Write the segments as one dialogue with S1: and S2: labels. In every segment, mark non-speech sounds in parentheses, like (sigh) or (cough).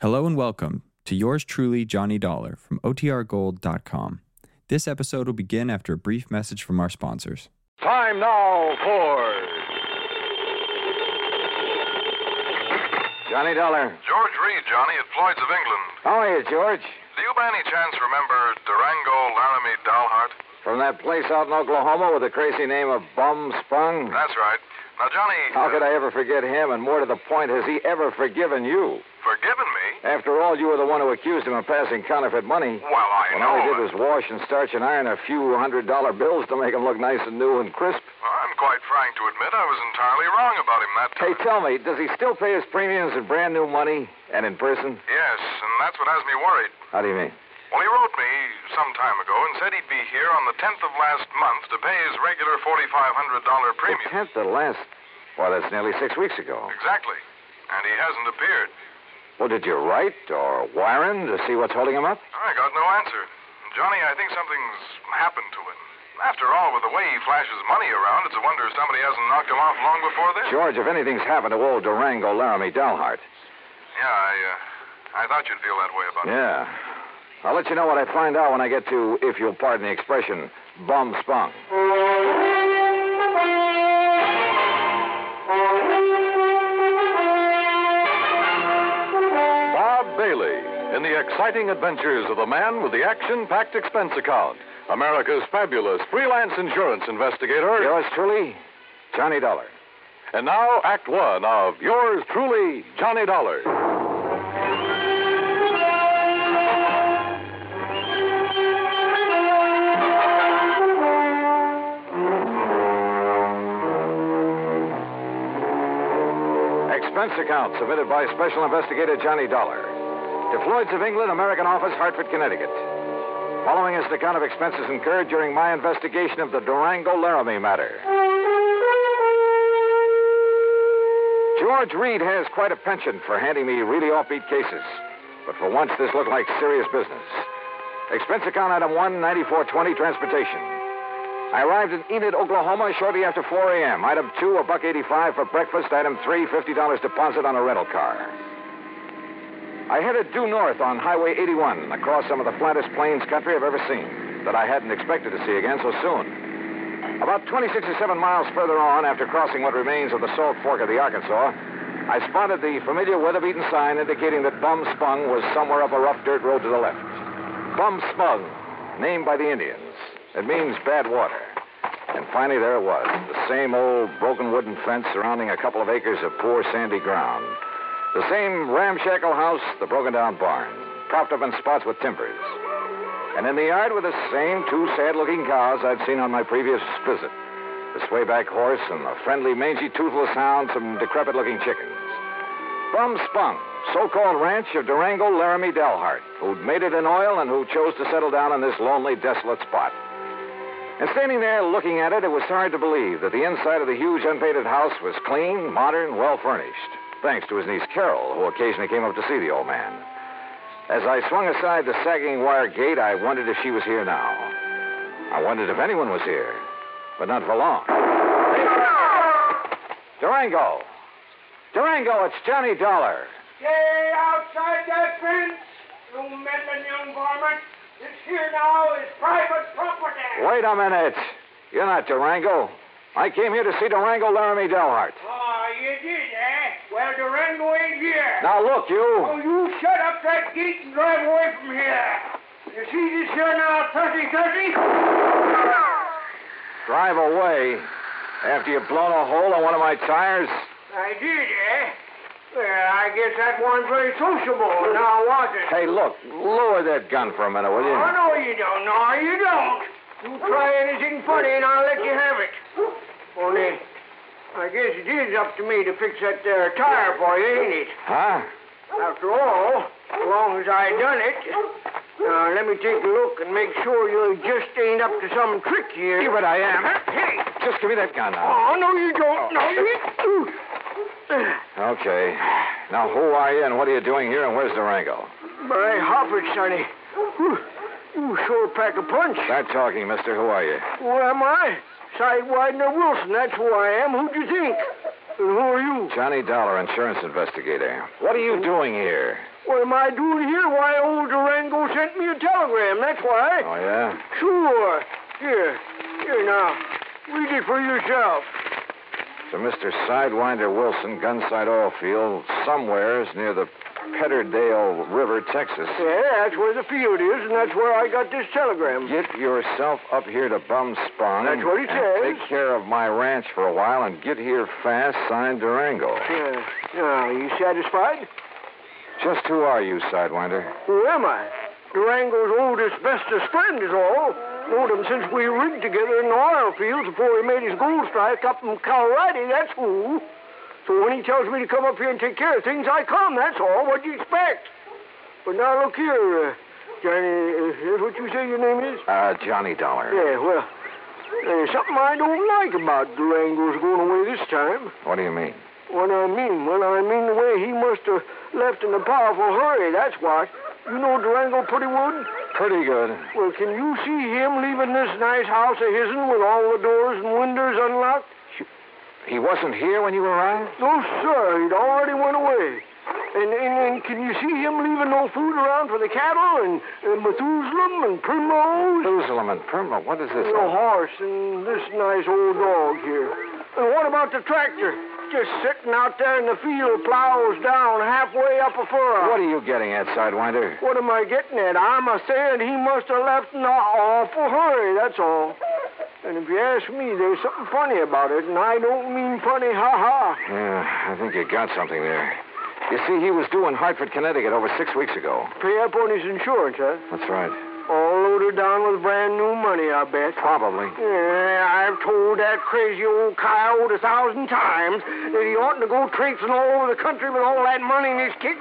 S1: Hello and welcome to yours truly, Johnny Dollar from OTRGold.com. This episode will begin after a brief message from our sponsors.
S2: Time now for. Johnny Dollar.
S3: George Reed, Johnny, at Floyd's of England.
S2: How are you, George?
S3: Do you by any chance remember Durango Laramie Dalhart?
S2: From that place out in Oklahoma with the crazy name of Bum Sprung?
S3: That's right. Now, Johnny.
S2: How could I ever forget him? And more to the point, has he ever forgiven you?
S3: Forgiven me?
S2: After all, you were the one who accused him of passing counterfeit money.
S3: Well, I
S2: When
S3: know.
S2: all he did was wash and starch and iron a few hundred dollar bills to make them look nice and new and crisp.
S3: I'm quite frank to admit I was entirely wrong about him that
S2: Hey,
S3: time.
S2: tell me, does he still pay his premiums in brand new money and in person?
S3: Yes, and that's what has me worried.
S2: How do you mean?
S3: Well, he wrote me some time ago and said he'd be here on the 10th of last month to pay his regular $4,500
S2: The
S3: premium.
S2: tenth of last. Well, that's nearly six weeks ago.
S3: Exactly. And he hasn't appeared.
S2: Well, did you write or wire him to see what's holding him up?
S3: I got no answer. Johnny, I think something's happened to him. After all, with the way he flashes money around, it's a wonder somebody hasn't knocked him off long before this.
S2: George, if anything's happened to old Durango Laramie Dalhart.
S3: Yeah, I, uh, I thought you'd feel that way about it.
S2: Yeah. I'll let you know what I find out when I get to, if you'll pardon the expression, bum spunk.
S4: Bob Bailey in the exciting adventures of the man with the action packed expense account. America's fabulous freelance insurance investigator.
S2: Yours truly, Johnny Dollar.
S4: And now, Act One of yours truly, Johnny Dollar.
S2: Expense account submitted by Special Investigator Johnny Dollar. To Floyd's of England, American Office, Hartford, Connecticut. Following is an account of expenses incurred during my investigation of the Durango Laramie matter. George Reed has quite a penchant for handing me really offbeat cases. But for once, this looked like serious business. Expense account item 1, 9420, transportation. I arrived in Enid, Oklahoma shortly after 4 a.m. Item 2, a buck 85 for breakfast. Item 3, $50 deposit on a rental car. I headed due north on Highway 81 across some of the flattest plains country I've ever seen that I hadn't expected to see again so soon. About 26 or 7 miles further on, after crossing what remains of the Salt Fork of the Arkansas, I spotted the familiar weather-beaten sign indicating that Bum Spung was somewhere up a rough dirt road to the left. Bum Spung, named by the Indians. It means bad water. And finally, there it was, the same old broken wooden fence surrounding a couple of acres of poor sandy ground. The same ramshackle house, the broken down barn, propped up in spots with timbers. And in the yard were the same two sad looking cows I'd seen on my previous visit the swayback horse and the friendly, mangy, toothless hound, some decrepit looking chickens. Bum Spunk, so called ranch of Durango Laramie Delhart, who'd made it in oil and who chose to settle down in this lonely, desolate spot. And standing there looking at it, it was hard to believe that the inside of the huge unpainted house was clean, modern, well furnished, thanks to his niece Carol, who occasionally came up to see the old man. As I swung aside the sagging wire gate, I wondered if she was here now. I wondered if anyone was here, but not for long. Durango! Durango, it's Johnny Dollar.
S5: Stay outside that fence, you men and young varmint. This here now is private property.
S2: Wait a minute. You're not Durango. I came here to see Durango Laramie Delhart.
S5: Oh, you did, eh? Well, Durango ain't here.
S2: Now look, you.
S5: Oh, you shut up that gate and drive away from here. You see this here now, 30-30?
S2: Drive away after you've blown a hole in one of my tires?
S5: I did, eh? Well, I guess that wasn't very sociable, now was it?
S2: Hey, look, lower that gun for a minute, will
S5: Oh,
S2: you?
S5: no, you don't. No, you don't. You try anything funny, and I'll let you have it. Only, I guess it is up to me to fix that there tire for you, ain't it?
S2: Huh?
S5: After all, as long as I done it. Now, let me take a look and make sure you just ain't up to some trick here.
S2: Yeah, but I am.
S5: Hey!
S2: Just give me that gun now.
S5: Oh, no, you don't. No, you...
S2: Okay. Now, who are you and what are you doing here and where's Durango?
S5: (sighs) By Hoppers, sonny. Whew. You sure pack a punch.
S2: Start talking, mister. Who are you?
S5: Who am I? Side Widener Wilson, that's who I am. Who'd you think? And who are you?
S2: Johnny Dollar, insurance investigator. What are you doing here?
S5: What am I doing here? Why, old Durango sent me a telegram, that's why.
S2: Oh, yeah?
S5: Sure. Here. Here now. Read it for yourself.
S2: To Mr. Sidewinder Wilson, Gunside Oil Field, somewheres near the Petterdale River, Texas.
S5: Yeah, that's where the field is, and that's where I got this telegram.
S2: Get yourself up here to Bum Sprung.
S5: That's what he
S2: and
S5: says.
S2: Take care of my ranch for a while and get here fast, signed Durango.
S5: Yeah. Now, you satisfied?
S2: Just who are you, Sidewinder?
S5: Who am I? Durango's oldest, bestest friend is all. Known him since we rigged together in the oil fields before he made his gold strike up in Colorado, that's who. So when he tells me to come up here and take care of things, I come, that's all. What do you expect? But now look here, uh, Johnny, uh, is what you say your name is?
S2: Uh, Johnny Dollar.
S5: Yeah, well, there's something I don't like about Durango's going away this time.
S2: What do you mean?
S5: What I mean, well, I mean the way he must have left in a powerful hurry, that's what. You know Durango pretty well?
S2: Pretty good.
S5: Well, can you see him leaving this nice house of his'n with all the doors and windows unlocked?
S2: He wasn't here when you arrived?
S5: No, sir, he'd already went away. And, and, and can you see him leaving no food around for the cattle and, and Methuselah and Primrose?
S2: Jerusalem and Perma, what is this?
S5: And a horse and this nice old dog here. And what about the tractor? Just sitting out there in the field, plows down halfway up a furrow.
S2: What are you getting at, Sidewinder?
S5: What am I getting at? I'm a saying he must have left in an awful hurry, that's all. And if you ask me, there's something funny about it, and I don't mean funny, ha ha.
S2: Yeah, I think you got something there. You see, he was due in Hartford, Connecticut over six weeks ago.
S5: Pay up on his insurance, huh?
S2: That's right.
S5: All loaded down with brand new money, I bet.
S2: Probably.
S5: Yeah, I've told that crazy old coyote a thousand times that he oughtn't to go traipsing all over the country with all that money in his kick.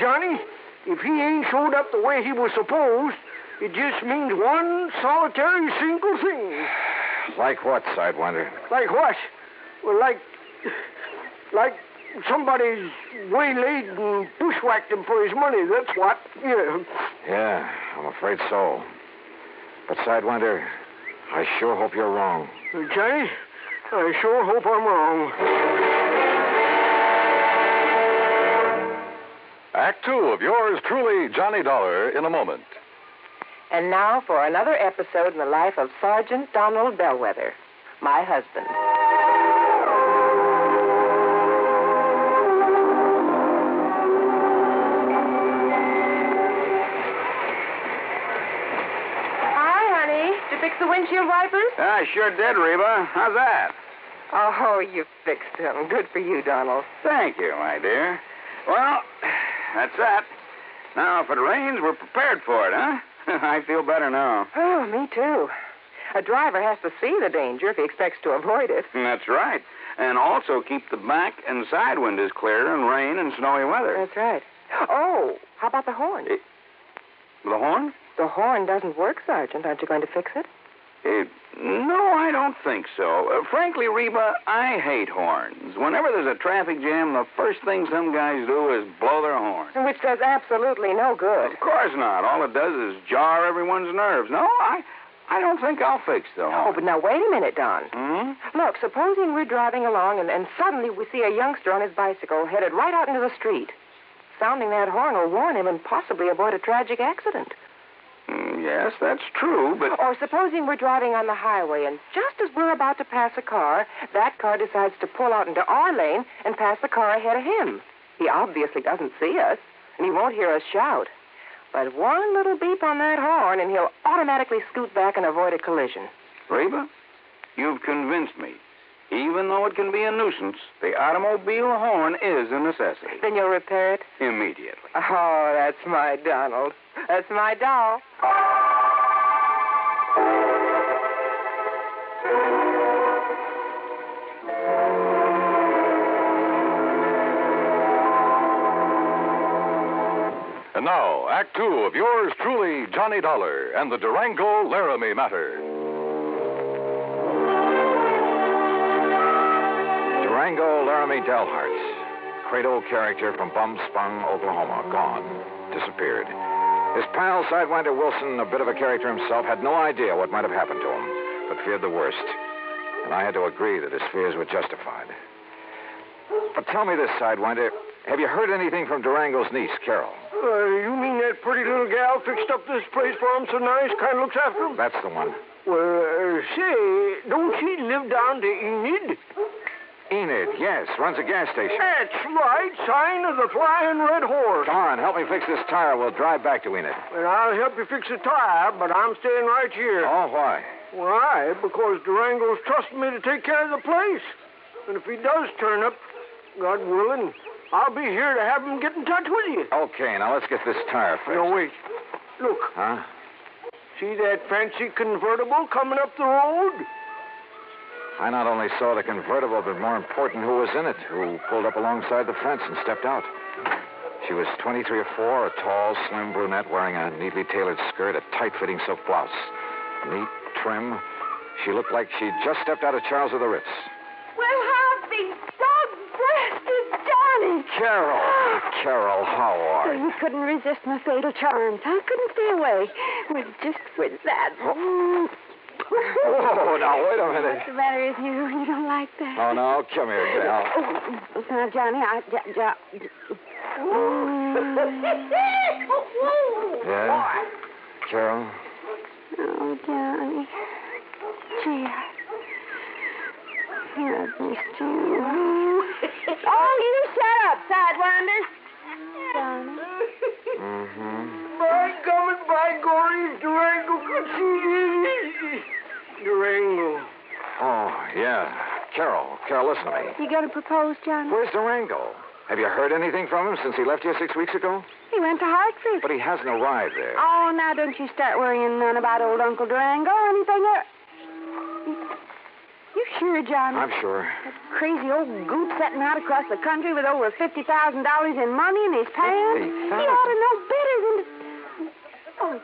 S5: Johnny, if he ain't showed up the way he was supposed, it just means one solitary single thing.
S2: Like what, Sidewinder?
S5: Like what? Well, like, like somebody's waylaid and bushwhacked him for his money. That's what. Yeah.
S2: Yeah, I'm afraid so. But, Sidewinder, I sure hope you're wrong.
S5: Johnny, I sure hope I'm wrong.
S4: Act two of yours truly, Johnny Dollar, in a moment.
S6: And now for another episode in the life of Sergeant Donald Bellwether, my husband. Hi, honey. Did you fix the windshield wipers?
S2: I Ah, sure did, Reba. How's that?
S6: Oh, you fixed them. Good for you, Donald.
S2: Thank you, my dear. Well, that's that. Now, if it rains, we're prepared for it, huh? (laughs) I feel better now.
S6: Oh, me too. A driver has to see the danger if he expects to avoid it.
S2: That's right. And also keep the back and side windows clear in rain and snowy weather.
S6: That's right. Oh, how about the horn?
S2: It- The horn?
S6: The horn doesn't work, Sergeant. Aren't you going to fix it?
S2: Eh, no, I don't think so. Uh, frankly, Reba, I hate horns. Whenever there's a traffic jam, the first thing some guys do is blow their horn.
S6: Which does absolutely no good.
S2: Of course not. All it does is jar everyone's nerves. No, I, I don't think I'll fix the horn.
S6: Oh, but now wait a minute, Don.
S2: Hmm?
S6: Look, supposing we're driving along and, and suddenly we see a youngster on his bicycle headed right out into the street. Sounding that horn will warn him and possibly avoid a tragic accident.
S2: Mm, Yes, that's true, but
S6: Or supposing we're driving on the highway and just as we're about to pass a car, that car decides to pull out into our lane and pass the car ahead of him. He obviously doesn't see us, and he won't hear us shout. But one little beep on that horn, and he'll automatically scoot back and avoid a collision.
S2: Reba, you've convinced me. Even though it can be a nuisance, the automobile horn is a necessity.
S6: Then you'll repair it.
S2: Immediately.
S6: Oh, that's my Donald. That's my doll.
S4: And now, Act two of yours truly, Johnny Dollar, and the Durango Laramie matter.
S2: Durango Laramie Delhart, great old character from Bum Sprung, Oklahoma, gone, disappeared. His pal, Sidewinder Wilson, a bit of a character himself, had no idea what might have happened to him, but feared the worst. And I had to agree that his fears were justified. But tell me this, Sidewinder. Have you heard anything from Durango's niece, Carol?
S5: Uh, you mean that pretty little gal fixed up this place for him so nice, kind of looks after him?
S2: That's the one.
S5: Well, uh, say, don't she live down to Enid?
S2: Enid, yes, runs a gas station.
S5: That's right, sign of the Flying Red Horse.
S2: Come on, help me fix this tire. We'll drive back to Enid.
S5: And I'll help you fix the tire, but I'm staying right here.
S2: Oh, why?
S5: Why? Because Durango's trusting me to take care of the place. And if he does turn up, God willing, I'll be here to have him get in touch with you.
S2: Okay, now let's get this tire fixed.
S5: No, wait. Look,
S2: Huh?
S5: see that fancy convertible coming up the road?
S2: I not only saw the convertible, but more important, who was in it, who pulled up alongside the fence and stepped out. She was 23 or 4, a tall, slim brunette wearing a neatly tailored skirt, a tight fitting silk blouse. Neat, trim. She looked like she'd just stepped out of Charles of the Ritz.
S7: Well, how's the dog-breasted Johnny?
S2: Carol! Carol, how are
S7: (laughs)
S2: you?
S7: You couldn't resist my fatal charms. I couldn't stay away. Well, just with that.
S2: Whoa,
S7: Whoa,
S2: Oh, now, wait a minute.
S7: What's the matter is you? You don't like that.
S2: Oh, no, come here, gal.
S7: Oh, now, Johnny, I. Oh, Jo, jo,
S2: Yeah? Carol?
S7: oh, Johnny. Gee, I I missed you. oh, you shut up, Sidewinder. Johnny.
S2: Mm-hmm.
S5: By coming by Gory, if Durango could see Enid. Durango.
S2: Oh, yeah. Carol, Carol, listen to me.
S7: You gonna propose, Johnny?
S2: Where's Durango? Have you heard anything from him since he left here six weeks ago?
S7: He went to Hartford.
S2: But he hasn't arrived there.
S7: Oh, now don't you start worrying none about old Uncle Durango or anything else. You sure, Johnny?
S2: I'm sure.
S7: Crazy old goop setting out across the country with over $50,000 in money in his pants. He ought to know better than to... Oh,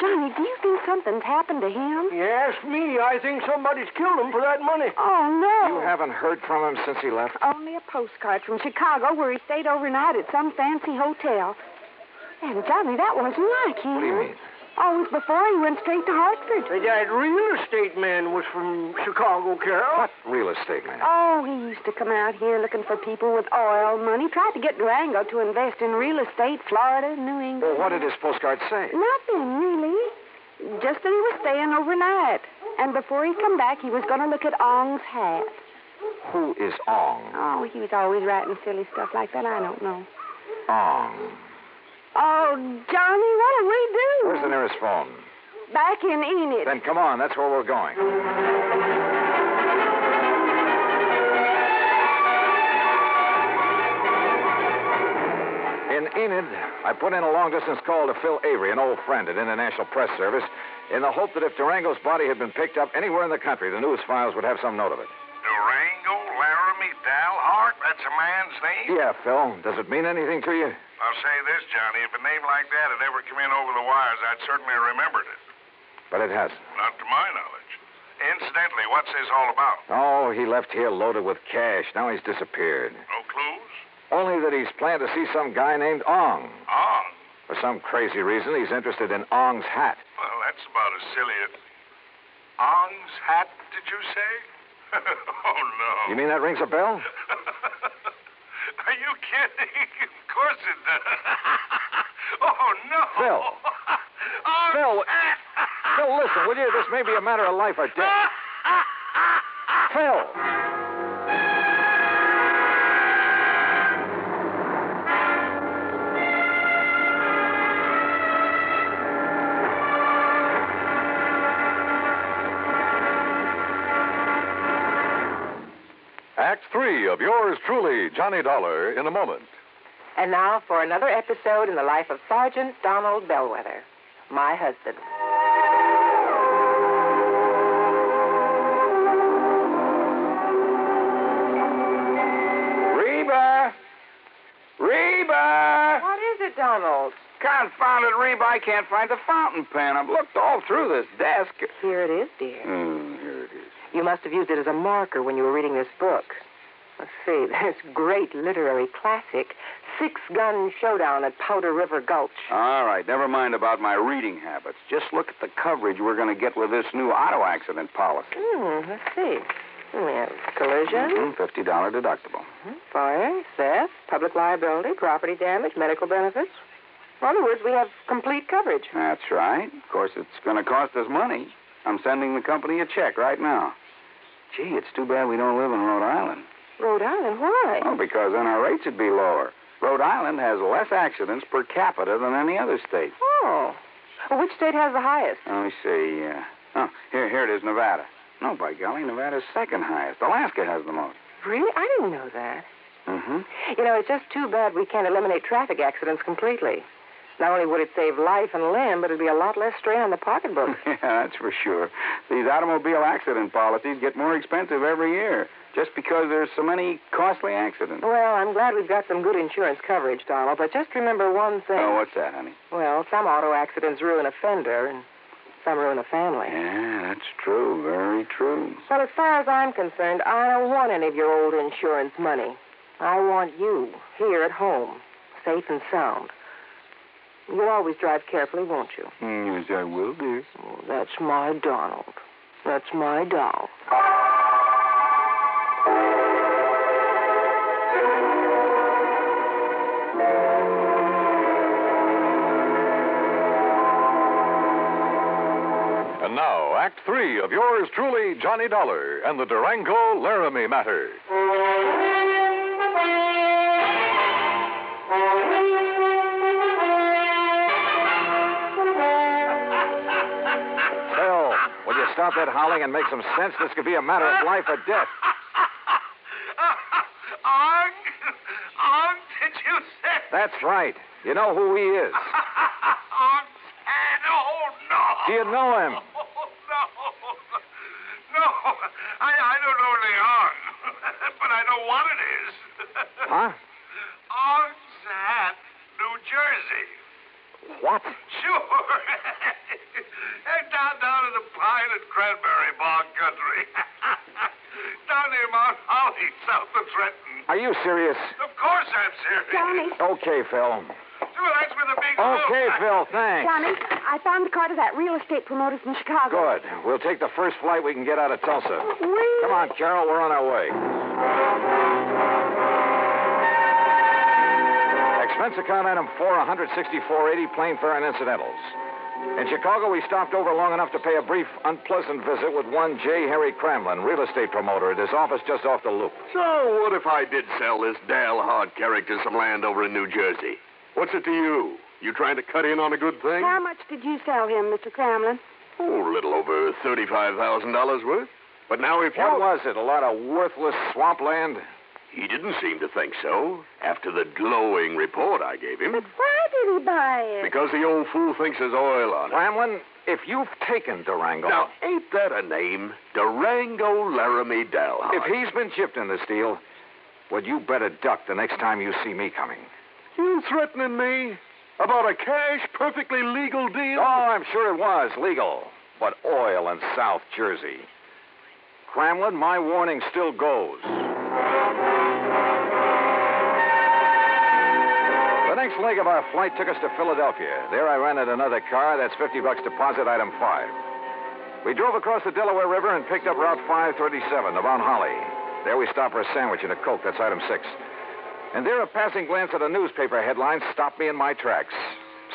S7: Johnny, do you think something's happened to him?
S5: You ask me, I think somebody's killed him for that money.
S7: Oh, no.
S2: You haven't heard from him since he left?
S7: Only a postcard from Chicago where he stayed overnight at some fancy hotel. And, Johnny, that wasn't like him.
S2: What do you mean?
S7: Oh, it was before he went straight to Hartford.
S5: That real estate man was from Chicago, Carol.
S2: What real estate man?
S7: Oh, he used to come out here looking for people with oil money. Tried to get Durango to invest in real estate, Florida, New
S2: Well,
S7: England.
S2: what did his postcard say?
S7: Nothing, really. Just that he was staying overnight. And before he come back, he was going to look at Ong's hat.
S2: Who is Ong?
S7: Oh, he was always writing silly stuff like that. I don't know.
S2: Ong.
S7: Oh, Johnny, what'll we do?
S2: Where's the nearest phone?
S7: Back in Enid.
S2: Then come on, that's where we're going. In Enid, I put in a long distance call to Phil Avery, an old friend at International Press Service, in the hope that if Durango's body had been picked up anywhere in the country, the news files would have some note of it.
S3: Durango, Laramie, Dalhart, that's a man's name?
S2: Yeah, Phil, does it mean anything to you?
S3: I'll say this, Johnny. If a name like that had ever come in over the wires, I'd certainly remembered it.
S2: But it hasn't.
S3: Not to my knowledge. Incidentally, what's this all about?
S2: Oh, he left here loaded with cash. Now he's disappeared.
S3: No clues?
S2: Only that he's planned to see some guy named Ong.
S3: Oh,
S2: For some crazy reason, he's interested in Ong's hat.
S3: well, that's about as silly as. Ong's hat, did you say? (laughs) oh, no.
S2: You mean that rings a bell?
S3: (laughs) Are you kidding? Of course it does. (laughs) oh, no.
S2: Phil.
S3: (laughs) Ong's
S2: Phil.
S3: hat. (laughs)
S2: Phil, listen, will you? This may be a matter of life or death. Phil!
S4: Act three of yours truly, Johnny Dollar, in a moment.
S6: And now for another episode in the life of Sergeant Donald Bellwether, my husband.
S2: Reba! Reba!
S6: What is it, Donald?
S2: Confounded Reba, I can't find the fountain pen. I've looked all through this desk.
S6: Here it is, dear.
S2: Mm, here it is.
S6: You must have used it as a marker when you were reading this book. Let's see, (laughs) this great literary classic, Six Gun Showdown at Powder River Gulch.
S2: All right, never mind about my reading habits. Just look at the coverage we're going to get with this new auto accident policy.
S6: Hmm, let's see. We have collision,
S2: Mhm, $50 deductible.
S7: Mm-hmm.
S6: fire, theft, public liability, property damage, medical benefits. In other words, we have complete coverage.
S2: That's right. Of course, it's going to cost us money. I'm sending the company a check right now. Gee, it's too bad we don't live in Rhode Island.
S6: Rhode Island, why?
S2: Well, because then our rates would be lower. Rhode Island has less accidents per capita than any other state.
S6: Oh. Well, which state has the highest?
S2: Let me see. Uh, oh, here, here it is, Nevada. No, by golly, Nevada's second highest. Alaska has the most.
S6: Really? I didn't know that.
S2: Mm-hmm. (laughs)
S6: You know, it's just too bad we can't eliminate traffic accidents completely. Not only would it save life and limb, but it'd be a lot less strain on the pocketbook. (laughs)
S2: yeah, that's for sure. These automobile accident policies get more expensive every year just because there's so many costly accidents.
S6: well, I'm glad we've got some good insurance coverage, Donald, but just remember one thing.
S2: Oh, what's that, honey?
S6: Well, some auto accidents ruin a fender, and some ruin a family.
S2: Yeah, that's true. Very true.
S6: Well, as far as I'm concerned, I don't want any of your old insurance money. I want you here at home, safe and sound. You'll always drive carefully, won't you?
S2: Mm, yes, I will, dear.
S6: Oh, that's my Donald. That's my doll.
S4: And now, Act Three of yours truly, Johnny Dollar and the Durango Laramie Matter.
S2: Phil, will you stop that howling and make some sense? This could be a matter of life or
S3: (laughs)
S2: death.
S3: Arg! Arg, did you say? (laughs)
S2: That's right. You know who he is.
S3: Arg, Tad, oh, no.
S2: Do you know him?
S3: (laughs) Oh, no. No, I, I don't know what they are, (laughs) but I know what it is. (laughs)
S2: Huh?
S3: Arg's hat, New Jersey.
S2: What?
S3: Sure. (laughs) and down, down in the pine and cranberry bog country. (laughs) down near Mount Holly, south of Trenton.
S2: Are you serious?
S3: Of course I'm serious.
S7: Johnny,
S2: Okay, Phil.
S3: Sure, that's where the big
S2: Okay,
S3: loop-
S2: Phil, thanks.
S7: Johnny, I found the car to that real estate promoter from Chicago.
S2: Good. We'll take the first flight we can get out of Tulsa.
S7: Wait.
S2: Come on, Carol, we're on our way. Expense account item 4, 164.80, plane fare and incidentals. In Chicago, we stopped over long enough to pay a brief, unpleasant visit with one J. Harry Cramlin, real estate promoter, at his office just off the loop.
S8: So, what if I did sell this Dale Hard character some land over in New Jersey? What's it to you? You trying to cut in on a good thing?
S7: How much did you sell him, Mr. Cramlin?
S8: Oh, a little over thirty-five thousand dollars worth. But now, if you
S2: What was it? A lot of worthless swampland?
S8: he didn't seem to think so after the glowing report I gave him,
S7: Why did he buy it?
S8: because the old fool thinks there's oil on it.
S2: Cramlin, if you've taken Durango,
S8: Now, ain't that a name, Durango Laramie Dalhart?
S2: if he's been gypped in this deal, would you better duck the next time you see me coming?
S8: you threatening me about a cash, perfectly legal deal?
S2: Oh, I'm sure it was legal. But oil in South Jersey. Cramlin, my warning still goes. The next leg of our flight took us to Philadelphia. There I rented another car. That's 50 bucks deposit, item 5. We drove across the Delaware River and picked up Route 537 around Holly. There we stopped for a sandwich and a Coke. That's item 6. And there, a passing glance at a newspaper headline stopped me in my tracks.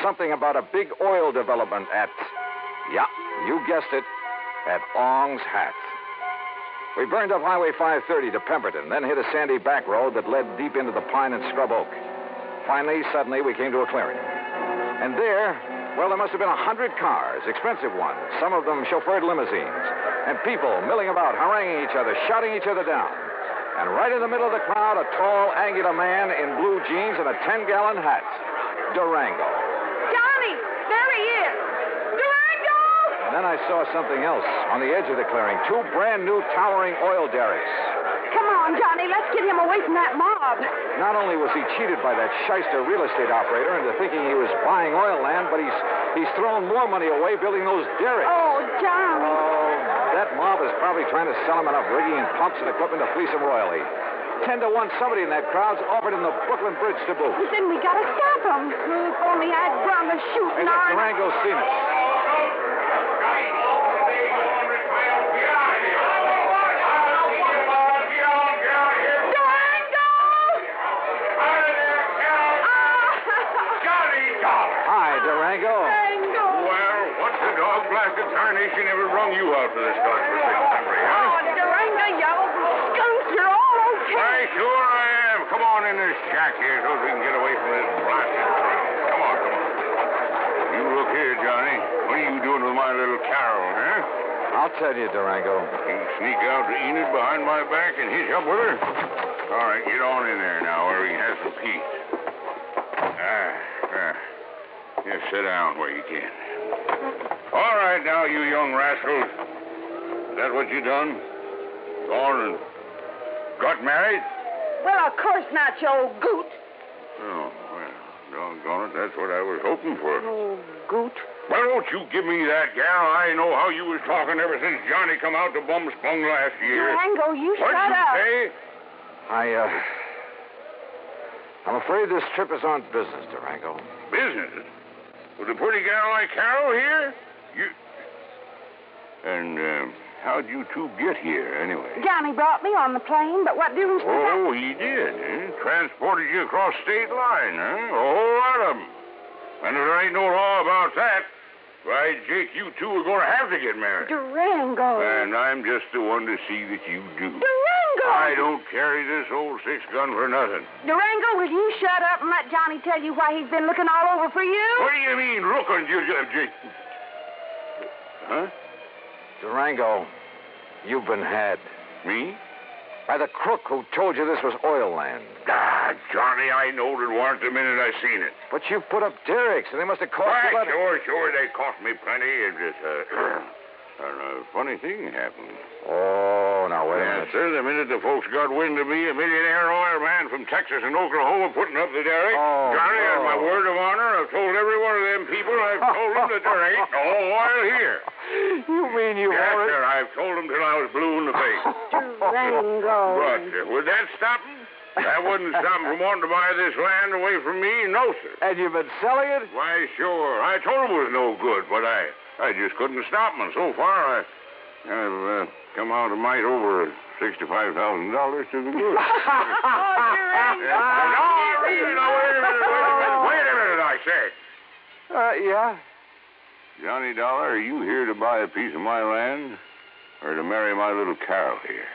S2: Something about a big oil development at, yeah, you guessed it, at Ong's Hat. We burned up Highway 530 to Pemberton, then hit a sandy back road that led deep into the pine and scrub oak. Finally, suddenly, we came to a clearing. And there, well, there must have been a hundred cars, expensive ones, some of them chauffeured limousines, and people milling about, haranguing each other, shouting each other down. And right in the middle of the crowd, a tall, angular man in blue jeans and a 10 gallon hat Durango.
S7: Johnny, there he is. Durango!
S2: And then I saw something else on the edge of the clearing two brand new towering oil derricks.
S7: Come on, Johnny, let's get him away from that mob.
S2: Not only was he cheated by that shyster real estate operator into thinking he was buying oil land, but he's he's thrown more money away building those derricks.
S7: Oh, Johnny.
S2: Oh, that mob is probably trying to sell him enough rigging and pumps and equipment to fleece him royally. Ten to one, somebody in that crowd's offered him the Brooklyn Bridge to boot.
S7: But then we gotta stop him. If only I'd gone to shoot
S2: Hey, look,
S7: Narn.
S2: Durango's seen it.
S3: Get out of here. Three dollars.
S2: Hi, Durango.
S3: Well, what's the dog blasted tarnation ever wrung you out for this godforsaken country, huh?
S7: Oh, Durango, you old skunk, you're all
S3: Why, sure I am. Come on in this shack here so we can get away from this blasted crowd. Come on, come on. You look here, Johnny. What are you doing with my little Carol, huh?
S2: I'll tell you, Durango.
S3: You sneak out to Enid behind my back and hitch up with her? All right, get on in there now where we can have some peace. Ah, ah. Just sit down where you can. All right now, you young rascals. Is that what you done? Gone and got married?
S7: Well, of course not, you old goot.
S3: Oh, well, doggone it. That's what I was hoping for.
S7: Oh, goot.
S3: Well, don't you give me that, gal. I know how you was talking ever since Johnny come out to Bum Spung last year.
S7: Durango, you
S3: What'd
S7: shut
S3: you
S7: up.
S3: say?
S2: I, uh. I'm afraid this trip is on business, Durango.
S3: Business? With a pretty gal like Carol here? You. And, um, how'd you two get here, anyway?
S7: Johnny brought me on the plane, but what difference does that
S3: Oh, he did, eh? Transported you across state line, huh? A whole lot of 'em. And if there ain't no law about that, why, Jake, you two are going to have to get married.
S7: Durango.
S2: Uh,
S3: And I'm just the one to see that you do.
S7: Durango!
S3: I don't carry this old six gun for nothing.
S7: Durango, will you shut up and let Johnny tell you why he's been looking all over for you?
S3: What do you mean, looking? You, you, you... Huh?
S2: Durango, you've been had
S3: Me?
S2: by the crook who told you this was oil land.
S3: Ah, Johnny, I knowed it warn't the minute I seen it.
S2: But you put up derricks, and they must have cost
S3: Why,
S2: you about
S3: sure, sure, they cost me plenty. It just, uh, (clears throat) and a funny thing happened.
S2: Oh, now wait a
S3: Yes,
S2: minute.
S3: sir, the minute the folks got wind of me, a millionaire oil man from Texas and Oklahoma putting up the derrick,
S2: Oh,
S3: Johnny, on
S2: no.
S3: my word of honor, I've told every one of them people, I've
S2: (laughs)
S3: told them that there ain't no oil here.
S2: You mean you
S3: Yes,
S2: already-
S3: sir, I've told them till I was blue in the face.
S2: (laughs) Oh.
S7: Durango.
S3: But uh, would that stop 'em? That wouldn't stop 'em from wanting to buy this land away from me, no, sir.
S2: And you've been selling
S7: (laughs)
S2: it?
S3: Why, sure. I told 'em it was no good, but I, I just couldn't stop 'em. And so far, I, I've uh, come out a mite over sixty-five thousand dollars to the
S5: (laughs)
S3: good.
S7: Oh,
S8: (laughs)
S7: Durango.
S3: Yeah. no, I really no. Wait a minute. Wait a minute. Wait a minute. I say.
S8: Ah,
S2: Uh, yeah.
S3: Johnny Dollar, are you here to buy a piece of my land, or to marry my little Carol here?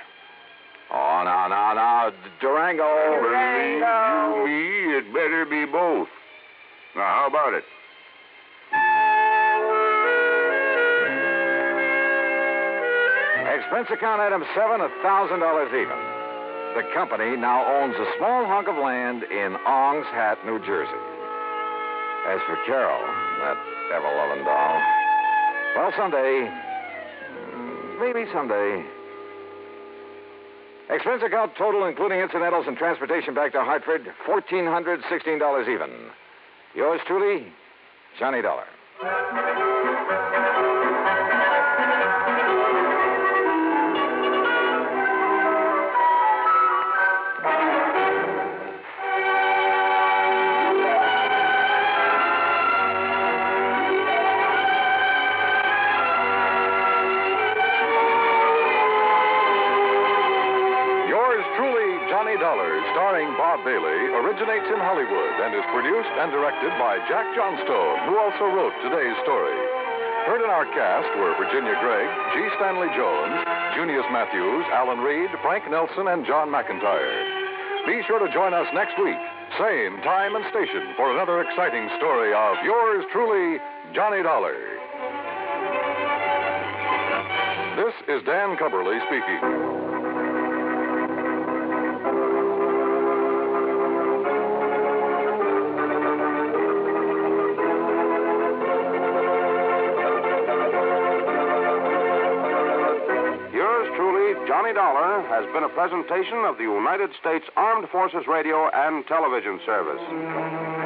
S2: Oh, no, no, no. Durango.
S3: Believe you me, it better be both. Now, how about it?
S2: Expense account item seven, a $1,000 even. The company now owns a small hunk of land in Ong's Hat, New Jersey. As for Carol, that ever loving doll, well, someday, mm, maybe someday. Expense account total, including incidentals and transportation back to Hartford, $1,416 even. Yours truly, Johnny Dollar.
S4: Yours truly, Johnny Dollar, starring Bob Bailey, originates in Hollywood and is produced and directed by Jack Johnstone, who also wrote today's story. Heard in our cast were Virginia Gregg, G. Stanley Jones, Junius Matthews, Alan Reed, Frank Nelson, and John McIntyre. Be sure to join us next week, same time and station, for another exciting story of yours truly, Johnny Dollar. This is Dan Cumberly speaking.
S2: Yours truly, Johnny Dollar, has been a presentation of the United States Armed Forces Radio and Television Service.